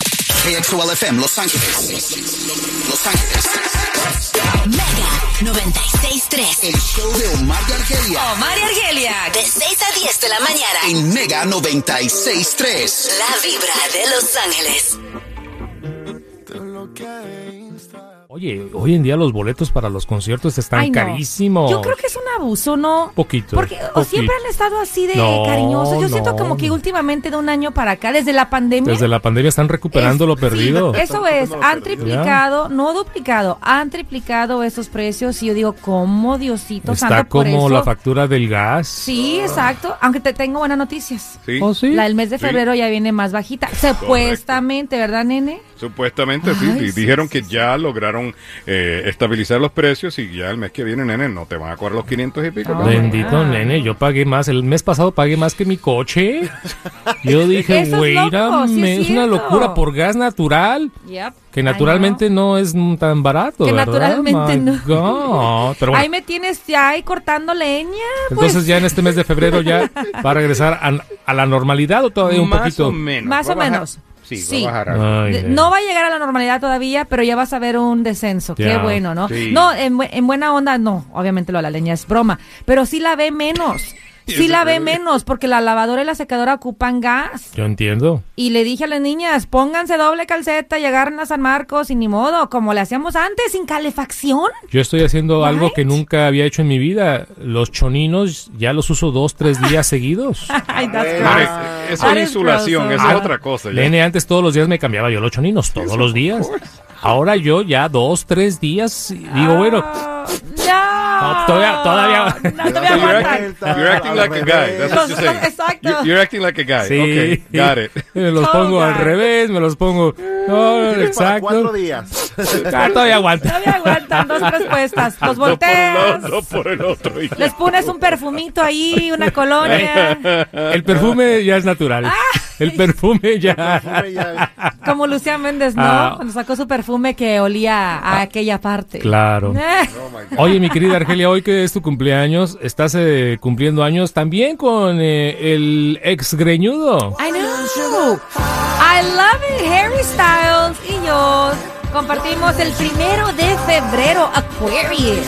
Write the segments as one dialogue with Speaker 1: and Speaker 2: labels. Speaker 1: KXOL FM Los Ángeles. Los Ángeles.
Speaker 2: Mega 96.3.
Speaker 1: El show de Omar y Argelia
Speaker 2: Omar y Argelia. De 6 a 10 de la mañana.
Speaker 1: en Mega 96.3.
Speaker 2: La vibra de Los Ángeles.
Speaker 3: Oye, hoy en día los boletos para los conciertos están
Speaker 4: Ay, no.
Speaker 3: carísimos.
Speaker 4: Yo creo que es un abuso, ¿no?
Speaker 3: Poquito.
Speaker 4: Porque o
Speaker 3: poquito.
Speaker 4: siempre han estado así de
Speaker 3: No,
Speaker 4: cariñosos. Yo siento
Speaker 3: no,
Speaker 4: como que
Speaker 3: no.
Speaker 4: últimamente de un año para acá, desde la pandemia.
Speaker 3: Desde la pandemia están recuperando
Speaker 4: es-
Speaker 3: lo
Speaker 4: sí,
Speaker 3: perdido.
Speaker 4: eso es, han triplicado, no duplicado, han triplicado esos precios y yo digo, ¿cómo Diosito
Speaker 3: Está
Speaker 4: santo por
Speaker 3: como
Speaker 4: eso?
Speaker 3: la factura del gas.
Speaker 4: Sí, exacto, aunque te tengo buenas noticias.
Speaker 5: Sí,
Speaker 3: ¿Oh, sí?
Speaker 4: La del mes de febrero ya viene más bajita, supuestamente, ¿verdad, nene?
Speaker 5: supuestamente sí.
Speaker 4: Ay, sí,
Speaker 5: Di- Dijeron
Speaker 4: sí,
Speaker 5: que ya lograron eh, estabilizar los precios y ya el mes que viene, nene, no te van a cobrar los 500 y pico.
Speaker 4: No.
Speaker 5: cabrón.
Speaker 3: Bendito
Speaker 4: Ah.
Speaker 3: nene, yo pagué más. El mes pasado pagué más que mi coche. Yo dije,
Speaker 4: Eso es
Speaker 3: güey,
Speaker 4: loco, sí es
Speaker 3: es una
Speaker 4: cierto".
Speaker 3: locura por gas natural.
Speaker 4: Yep.
Speaker 3: Que naturalmente no es mm, tan barato.
Speaker 4: Que
Speaker 3: ¿verdad?
Speaker 4: naturalmente
Speaker 3: My
Speaker 4: no.
Speaker 3: God. Pero bueno,
Speaker 4: Ahí me tienes ya ahí cortando leña.
Speaker 3: entonces
Speaker 4: pues.
Speaker 3: ya en este mes de febrero ya va a regresar a, a la normalidad o todavía un
Speaker 5: Más
Speaker 3: poquito. Ah.
Speaker 5: o menos.
Speaker 4: Más
Speaker 5: va
Speaker 4: o
Speaker 5: a bajar-
Speaker 4: menos.
Speaker 5: Sí,
Speaker 4: Sí.
Speaker 5: va a bajar. algo.
Speaker 3: Ay,
Speaker 4: De-
Speaker 3: nene.
Speaker 4: No va a llegar a la normalidad todavía, pero ya vas a ver un descenso. Qué
Speaker 3: Ya,
Speaker 4: bueno, ¿no?
Speaker 5: sí.
Speaker 4: No, en, bu- en buena onda, no. Obviamente lo de la leña es broma, pero sí la ve menos. Sí
Speaker 5: Eso
Speaker 4: la ve
Speaker 5: creo.
Speaker 4: menos, porque la lavadora y la secadora ocupan gas.
Speaker 3: Yo entiendo.
Speaker 4: Y le dije a las niñas, pónganse doble calceta y agarren a San Marcos y ni modo, como le hacíamos antes, sin calefacción.
Speaker 3: Yo estoy haciendo algo que
Speaker 4: Right.
Speaker 3: nunca había hecho en mi vida. Los choninos ya los uso dos, tres días seguidos.
Speaker 4: Ay, that's
Speaker 5: Nene,
Speaker 4: gross.
Speaker 5: eso
Speaker 4: That
Speaker 5: es
Speaker 4: is
Speaker 5: insulación,
Speaker 4: gross.
Speaker 5: eso es
Speaker 4: Ah,
Speaker 5: otra cosa. ya.
Speaker 3: Nene, antes todos los días me cambiaba yo los choninos, todos los días. Ahora yo ya dos, tres días y digo,
Speaker 4: Ah,
Speaker 3: bueno,
Speaker 4: No.
Speaker 3: No, todavía- todavía-
Speaker 4: No, todavía
Speaker 5: So you're,
Speaker 4: aguantan.
Speaker 5: acting, you're acting like a guy. That's what you're saying.
Speaker 4: Exacto.
Speaker 5: You- You're acting like a guy.
Speaker 3: sí,
Speaker 5: Okay, got it.
Speaker 3: me los pongo al
Speaker 4: Total.
Speaker 3: revés, me los pongo, no, exacto,
Speaker 6: días.
Speaker 3: Ah, todavía aguanto.
Speaker 4: Todavía aguantan dos respuestas. Los
Speaker 5: No por un lado,
Speaker 4: volteas.
Speaker 5: no por el otro. y ya.
Speaker 4: Les pones un perfumito ahí, una colonia,
Speaker 3: El perfume ya es natural, el perfume ya,
Speaker 4: como Lucía Méndez, ¿no?
Speaker 3: Ah.
Speaker 4: Cuando sacó su perfume que olía a aquella parte.
Speaker 3: claro.
Speaker 4: Eh,
Speaker 3: Oye, mi querida Argelia, hoy que es tu cumpleaños, estás eh, cumpliendo años también con eh, el ex greñudo.
Speaker 4: I know. I love it. Harry Styles y yo compartimos el primero de febrero Aquarius.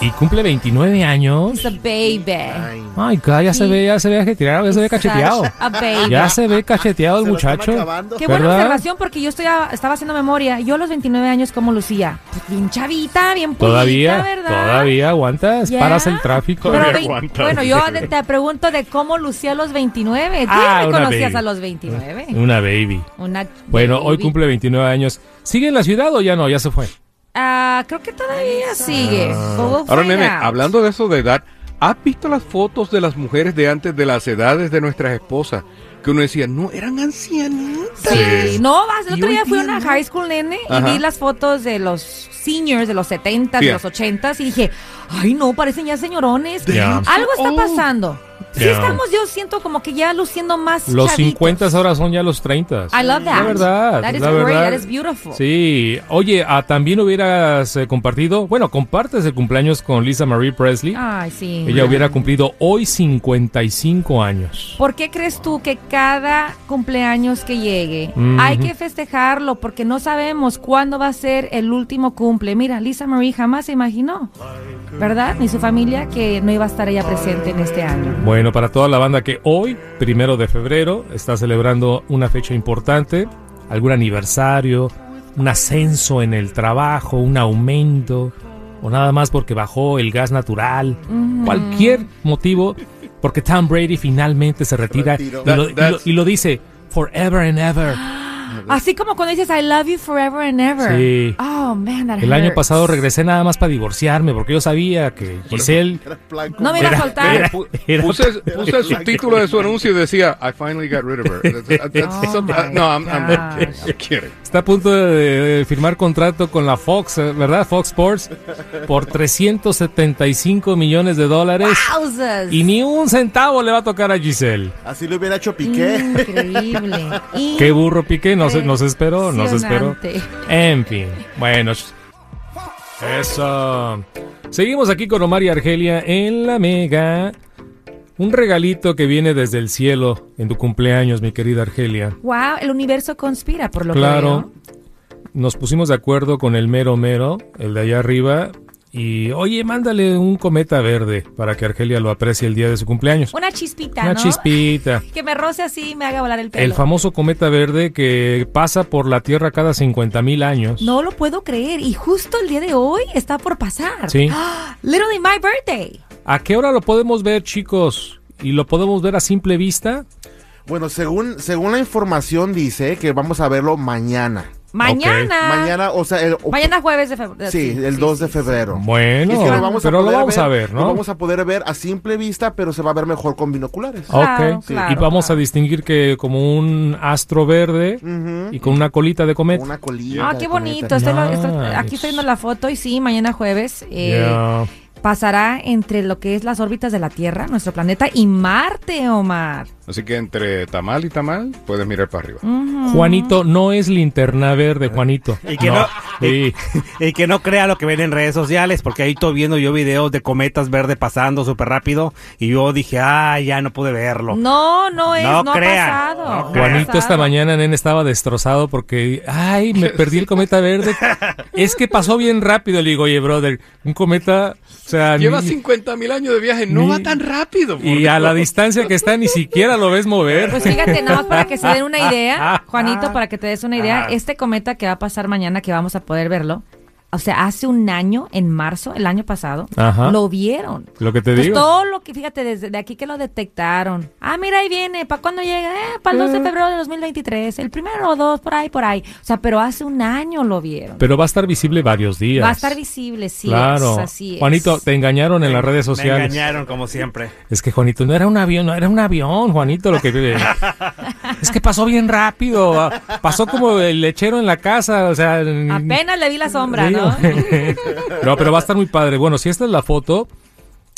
Speaker 3: Y cumple 29 años.
Speaker 4: It's a baby.
Speaker 3: Ay, God, ya se
Speaker 4: Sí.
Speaker 3: ve, ya se ve cacheteado, ya se ve cacheteado.
Speaker 4: Such A baby.
Speaker 3: Ya se ve cacheteado el muchacho.
Speaker 4: Qué buena
Speaker 3: ¿Verdad?
Speaker 4: observación porque yo estoy a- estaba haciendo memoria. Yo a los 29 años como lucía. Pues bien chavita, bien pulita,
Speaker 3: Todavía,
Speaker 4: ¿verdad?
Speaker 3: todavía aguantas,
Speaker 4: Ya.
Speaker 3: paras el tráfico.
Speaker 4: Pero
Speaker 5: Todavía
Speaker 4: vein-
Speaker 5: aguantas.
Speaker 4: bueno, yo de- te pregunto de cómo lucía a los 29. ¿Tú
Speaker 3: Ah,
Speaker 4: me
Speaker 3: una
Speaker 4: conocías
Speaker 3: baby.
Speaker 4: a los 29?
Speaker 3: Una baby.
Speaker 4: Una
Speaker 3: Bueno, hoy
Speaker 4: baby.
Speaker 3: cumple 29 años. ¿Sigue en la ciudad o ya no? Ya se fue.
Speaker 4: Ah, creo que todavía sigue. We'll
Speaker 5: Ahora,
Speaker 4: find
Speaker 5: nene,
Speaker 4: out.
Speaker 5: hablando de eso de edad, ¿has visto las fotos de las mujeres de antes de las edades de nuestras esposas? Que uno decía, no, eran ancianitas.
Speaker 4: Sí. No, vas, el
Speaker 5: Y
Speaker 4: otro
Speaker 5: hoy
Speaker 4: día fui a
Speaker 5: día
Speaker 4: una
Speaker 5: no.
Speaker 4: high school, nene, y
Speaker 5: Ajá.
Speaker 4: vi las fotos de los seniors, de los 70s, de
Speaker 5: Bien.
Speaker 4: los 80s, y dije, ay, no, parecen ya señorones.
Speaker 3: Ya.
Speaker 4: Algo está
Speaker 5: Oh.
Speaker 4: pasando. Sí
Speaker 3: Ya.
Speaker 4: estamos, yo siento como que ya luciendo más
Speaker 3: Los
Speaker 4: chavitos.
Speaker 3: 50 ahora son ya los 30.
Speaker 4: I love that.
Speaker 3: La verdad.
Speaker 4: That is
Speaker 3: la
Speaker 4: great,
Speaker 3: verdad.
Speaker 4: that is beautiful.
Speaker 3: Sí. Oye, ah, también hubieras eh, compartido, bueno, compartes el cumpleaños con Lisa Marie Presley.
Speaker 4: Ay, sí.
Speaker 3: Ella hubiera cumplido hoy 55 años.
Speaker 4: ¿Por qué crees tú que cada cumpleaños que llegue
Speaker 3: Ujú.
Speaker 4: hay que festejarlo? Porque no sabemos cuándo va a ser el último cumple. Mira, Lisa Marie jamás se imaginó, ¿verdad? Ni su familia que no iba a estar ella presente en este año.
Speaker 3: Bueno, para toda la banda que hoy, primero de febrero, está celebrando una fecha importante, algún aniversario, un ascenso en el trabajo, un aumento, o nada más porque bajó el gas natural, cualquier motivo, porque Tom Brady finalmente se retira y
Speaker 6: Retiró.
Speaker 3: lo, y
Speaker 5: That-
Speaker 3: lo- y lo dice forever and ever.
Speaker 4: Así como cuando dices I love you forever and ever.
Speaker 3: Sí.
Speaker 4: Oh man, that
Speaker 3: El año
Speaker 4: hurts.
Speaker 3: pasado regresé nada más para divorciarme, porque yo sabía que Giselle
Speaker 4: No me iba a soltar.
Speaker 3: Era-
Speaker 5: Pu-
Speaker 3: era-
Speaker 5: Puse, puse el subtítulo de su anuncio y decía, I finally got rid of her. That's- that's
Speaker 4: Oh
Speaker 5: some-
Speaker 4: my
Speaker 5: no, I'm, I'm
Speaker 4: gosh.
Speaker 5: kidding. I'm kidding.
Speaker 3: Está a punto de, de firmar contrato con la Fox, eh, ¿verdad? Fox Sports por 375 millones de dólares
Speaker 4: Wowzas.
Speaker 3: y ni un centavo le va a tocar a Giselle.
Speaker 6: Así lo hubiera hecho
Speaker 4: Mm.
Speaker 6: Piqué.
Speaker 4: Increíble.
Speaker 3: Qué burro piqué, no se, no se esperó, no se esperó.
Speaker 4: Impresionante.
Speaker 3: En fin, bueno. sh- Eso. Seguimos aquí con Omar y Argelia en la Mega. Un regalito que viene desde el cielo en tu cumpleaños, mi querida Argelia.
Speaker 4: Wow, el universo conspira por lo
Speaker 3: Claro.
Speaker 4: que
Speaker 3: Nos pusimos de acuerdo con el mero mero, el de allá arriba, y oye, mándale un cometa verde para que Argelia lo aprecie el día de su cumpleaños.
Speaker 4: veo. Una chispita,
Speaker 3: Una
Speaker 4: ¿no?
Speaker 3: chispita.
Speaker 4: Que me roce así y me haga volar el pelo.
Speaker 3: El famoso cometa verde que pasa por la Tierra cada 50.000 años.
Speaker 4: No lo puedo creer. Y justo el día de hoy está por pasar.
Speaker 3: Sí.
Speaker 4: ¡Ah! Literally my birthday.
Speaker 3: ¿A qué hora lo podemos ver, chicos? ¿Y lo podemos ver a simple vista?
Speaker 6: Bueno, según, según la información dice que vamos a verlo mañana.
Speaker 4: Mañana.
Speaker 6: Mañana, o sea, el, o-
Speaker 4: Ah. Mañana jueves de febrero.
Speaker 6: sí, el 2 de febrero.
Speaker 3: Bueno,
Speaker 6: Y
Speaker 3: pero lo
Speaker 6: poder
Speaker 3: vamos a ver, ¿no?
Speaker 6: Lo vamos a poder ver a simple vista, pero se va a ver mejor con binoculares.
Speaker 3: Ok.
Speaker 4: Claro, Sí. claro,
Speaker 3: y vamos
Speaker 4: claro.
Speaker 3: a distinguir que como un astro verde y con una colita de cometa.
Speaker 6: Una colita.
Speaker 4: Ah, qué
Speaker 6: de
Speaker 4: bonito.
Speaker 6: cometa.
Speaker 4: Estoy lo-
Speaker 3: Nice.
Speaker 4: estoy- aquí estoy viendo la foto y sí, mañana jueves eh,
Speaker 3: Yeah.
Speaker 4: pasará entre lo que es las órbitas de la Tierra, nuestro planeta y Marte, Omar.
Speaker 5: Así que entre tamal y tamal puedes mirar para arriba.
Speaker 4: Mm.
Speaker 3: Juanito no es linterna verde, Juanito.
Speaker 7: Y que no-
Speaker 3: Sí.
Speaker 7: Y que no crea lo que ven en redes sociales, porque ahí estoy viendo yo videos de cometas verde pasando súper rápido y yo dije, ah, ya no pude verlo.
Speaker 4: No, no es, no,
Speaker 7: No
Speaker 4: ha
Speaker 7: crean,
Speaker 4: pasado.
Speaker 7: no
Speaker 4: No ha
Speaker 3: Juanito
Speaker 4: pasado.
Speaker 3: esta mañana, nene, estaba destrozado porque, ay, me perdí el cometa verde. Es que pasó bien rápido, le digo, oye, brother, un cometa, o sea,
Speaker 5: Lleva
Speaker 3: ni-
Speaker 5: 50 mil años de viaje, no
Speaker 3: Ni-
Speaker 5: va tan rápido. por
Speaker 3: y a
Speaker 5: Dios.
Speaker 3: la distancia que está ni siquiera lo ves mover.
Speaker 4: Pues fíjate, nada más para que se den una idea, Juanito, para que te des una idea, este cometa que va a pasar mañana, que vamos a poder verlo, o sea, hace un año, en marzo, el año pasado,
Speaker 3: Ajá.
Speaker 4: lo vieron.
Speaker 3: Lo que te
Speaker 4: Pues
Speaker 3: digo.
Speaker 4: todo lo que, fíjate, desde de aquí que lo detectaron. Ah, mira, ahí viene, ¿para cuándo llega? Eh, para el 2 de febrero de 2023, el primero o dos, por ahí, por ahí. O sea, pero hace un año lo vieron.
Speaker 3: Pero va a estar visible varios días.
Speaker 4: Va a estar visible, sí,
Speaker 3: Claro.
Speaker 4: es, así es.
Speaker 3: Juanito, te engañaron en las redes
Speaker 7: Me
Speaker 3: sociales.
Speaker 7: engañaron como siempre.
Speaker 3: Es que Juanito no era un avión, no era un avión, Juanito, lo que vive. es que pasó bien rápido, ah, pasó como el lechero en la casa, o sea, n-
Speaker 4: Apenas le vi la sombra,
Speaker 3: Sí, hombre.
Speaker 4: ¿no?
Speaker 3: No, pero va a estar muy padre. Bueno, si esta es la foto,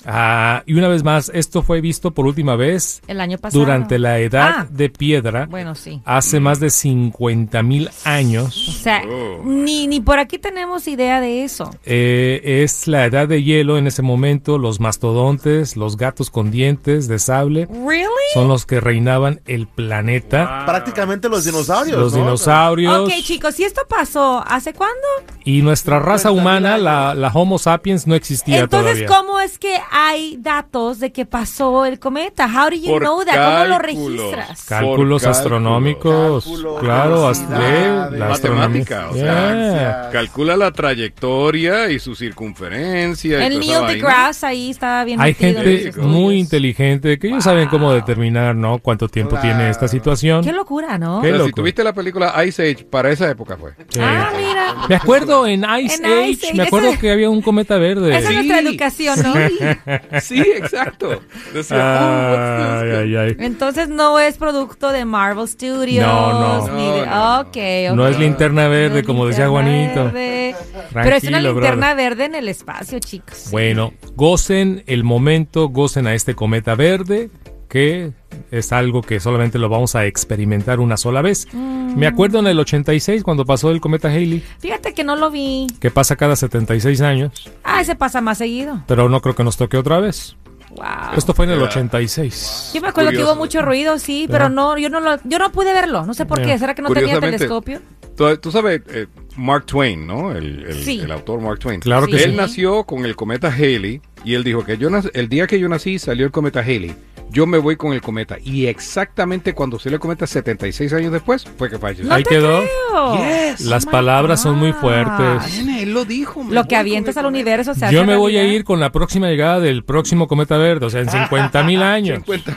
Speaker 3: ah, y una vez más, esto fue visto por última vez
Speaker 4: El año pasado.
Speaker 3: durante la edad
Speaker 4: Ah.
Speaker 3: de piedra,
Speaker 4: Bueno, sí.
Speaker 3: hace más de 50 mil años.
Speaker 4: O sea,
Speaker 3: Oh.
Speaker 4: ni, ni por aquí tenemos idea de eso.
Speaker 3: Eh, es la edad de hielo en ese momento, los mastodontes, los gatos con dientes de sable.
Speaker 4: ¿Really?
Speaker 3: son los que reinaban el planeta.
Speaker 6: Prácticamente los dinosaurios.
Speaker 3: Los
Speaker 6: ¿no?
Speaker 3: dinosaurios
Speaker 4: Ok, chicos, si esto pasó, ¿hace cuándo?
Speaker 3: y nuestra raza humana, la, la Homo sapiens, no existía
Speaker 4: Entonces,
Speaker 3: todavía.
Speaker 4: ¿cómo es que hay datos de que pasó el cometa? How do you
Speaker 5: Por
Speaker 4: know that? ¿Cómo lo
Speaker 5: cálculos.
Speaker 4: registras?
Speaker 5: Cal-
Speaker 3: Cálculos
Speaker 5: Por
Speaker 3: astronómicos,
Speaker 6: cálculos,
Speaker 3: claro,
Speaker 6: velocidades,
Speaker 3: astre- la astronomía.
Speaker 5: Matemática, o
Speaker 3: Yeah.
Speaker 5: sea, calcula la trayectoria y su circunferencia. y
Speaker 4: El
Speaker 5: toda esa
Speaker 4: Neil
Speaker 5: vaina.
Speaker 4: deGrasse ahí estaba bien
Speaker 3: Hay
Speaker 4: metido en
Speaker 3: gente
Speaker 4: los estudios.
Speaker 3: muy inteligente que ellos saben cómo determinar, ¿no? Cuánto tiempo tiene esta situación.
Speaker 4: Qué locura, ¿no?
Speaker 5: O sea,
Speaker 3: Qué
Speaker 5: si
Speaker 3: loco.
Speaker 5: tuviste la película Ice Age, para esa época fue.
Speaker 3: Sí.
Speaker 4: Ah, mira.
Speaker 3: Eh, Me acuerdo en Ice
Speaker 4: En
Speaker 3: Age,
Speaker 4: Ice Age,
Speaker 3: me acuerdo
Speaker 4: esa-
Speaker 3: que había un cometa verde.
Speaker 4: Esa es
Speaker 5: Sí,
Speaker 4: nuestra educación, ¿no?
Speaker 5: Sí, exacto. Decía,
Speaker 3: Ah.
Speaker 5: oh, what's
Speaker 3: Ay,
Speaker 5: this?
Speaker 3: ay, ay.
Speaker 4: Entonces no es producto de Marvel Studios.
Speaker 3: No, no.
Speaker 4: ni de-
Speaker 5: No, no,
Speaker 4: Ok, ok.
Speaker 3: No es linterna verde,
Speaker 4: No,
Speaker 3: como decía
Speaker 4: linterna
Speaker 3: Juanito.
Speaker 4: verde. Pero es una
Speaker 3: Tranquilo,
Speaker 4: linterna verde en el espacio, chicos.
Speaker 3: Bueno, gocen el momento, gocen a este cometa verde, que es algo que solamente lo vamos a experimentar una sola vez.
Speaker 4: Mm.
Speaker 3: Me acuerdo en el 86 cuando pasó el cometa Halley,
Speaker 4: Fíjate que no lo vi.
Speaker 3: que pasa cada 76 años,
Speaker 4: Ah, ese pasa más seguido.
Speaker 3: pero no creo que nos toque otra vez.
Speaker 4: Wow.
Speaker 3: Esto fue en el 86.
Speaker 4: Yo me acuerdo que
Speaker 5: Curioso.
Speaker 4: hubo mucho ruido, sí, pero no, yo no lo, yo no pude verlo. No sé por
Speaker 3: Ya.
Speaker 4: qué. ¿Será que no tenía
Speaker 5: Curiosamente,
Speaker 4: telescopio?
Speaker 5: "Oh". Tú, tú sabes, eh, Mark Twain, ¿no? El, el-
Speaker 4: Sí.
Speaker 5: el autor Mark Twain.
Speaker 3: Claro que
Speaker 5: él
Speaker 3: sí.
Speaker 5: nació con el cometa Halley y él dijo que yo nac- el día que yo nací salió el cometa Halley. Yo me voy con el cometa. Y exactamente cuando salió el cometa, 76 años después, fue que falleció.
Speaker 4: No
Speaker 3: Ahí
Speaker 4: te
Speaker 3: quedó.
Speaker 4: creo.
Speaker 5: Yes.
Speaker 3: Las
Speaker 4: Oh my
Speaker 3: palabras son muy
Speaker 4: God.
Speaker 3: fuertes.
Speaker 5: Nene, él lo dijo. me
Speaker 4: Lo
Speaker 5: voy
Speaker 4: que
Speaker 5: con
Speaker 4: avientas
Speaker 5: el
Speaker 4: al
Speaker 5: cometa.
Speaker 4: universo se hace
Speaker 3: Yo me voy a
Speaker 4: realidad.
Speaker 3: ir con la próxima llegada del próximo cometa verde, o sea, en 50 mil años.
Speaker 5: 50.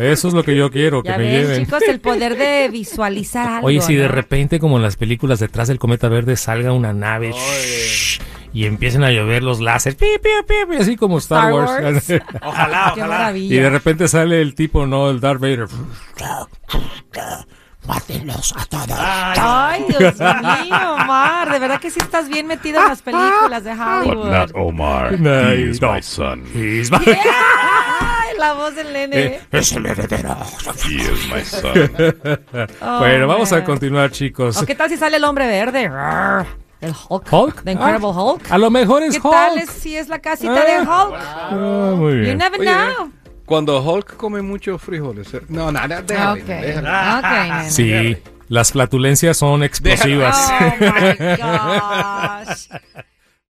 Speaker 3: Eso es lo que yo quiero, que
Speaker 4: Ya
Speaker 3: me
Speaker 4: ven,
Speaker 3: lleven.
Speaker 4: chicos, el poder de visualizar algo.
Speaker 3: Oye, si de
Speaker 4: ¿no?
Speaker 3: repente, como en las películas, detrás del cometa verde salga una nave shh, y empiecen a llover los láseres, pi, pi, pi, pi, así como Star,
Speaker 4: Star
Speaker 3: Wars.
Speaker 4: Wars.
Speaker 7: Ojalá,
Speaker 4: Ah,
Speaker 3: y
Speaker 4: Qué
Speaker 7: ojalá.
Speaker 3: de
Speaker 4: maravilla.
Speaker 3: repente sale el tipo, ¿no? El Darth Vader.
Speaker 4: Ay, Dios mío, Omar. De verdad que sí estás bien metido
Speaker 3: Ah,
Speaker 4: en las películas de Hollywood.
Speaker 5: Omar.
Speaker 3: Ay,
Speaker 5: He is
Speaker 3: no.
Speaker 5: my son.
Speaker 3: He's my-
Speaker 4: Ay, la voz del nene.
Speaker 3: Eh, Es el heredero.
Speaker 5: He is my son.
Speaker 4: Oh,
Speaker 3: Bueno, vamos a
Speaker 4: man.
Speaker 3: continuar, chicos.
Speaker 4: ¿O qué tal si sale el hombre verde? Rar, El Hulk.
Speaker 3: ¿Hulk?
Speaker 4: The Incredible
Speaker 3: Ah,
Speaker 4: Hulk.
Speaker 3: A lo mejor es
Speaker 4: ¿Qué
Speaker 3: Hulk.
Speaker 4: tal es- si es la casita de Hulk?
Speaker 3: Ah, muy
Speaker 4: You
Speaker 3: bien.
Speaker 4: never
Speaker 5: Oye, eh,
Speaker 4: know.
Speaker 5: Cuando Hulk come muchos frijoles. eh, No, nada, déjale.
Speaker 4: Ok.
Speaker 5: déjale.
Speaker 4: Ok, nena.
Speaker 3: Sí, las flatulencias son explosivas.
Speaker 4: Oh my gosh.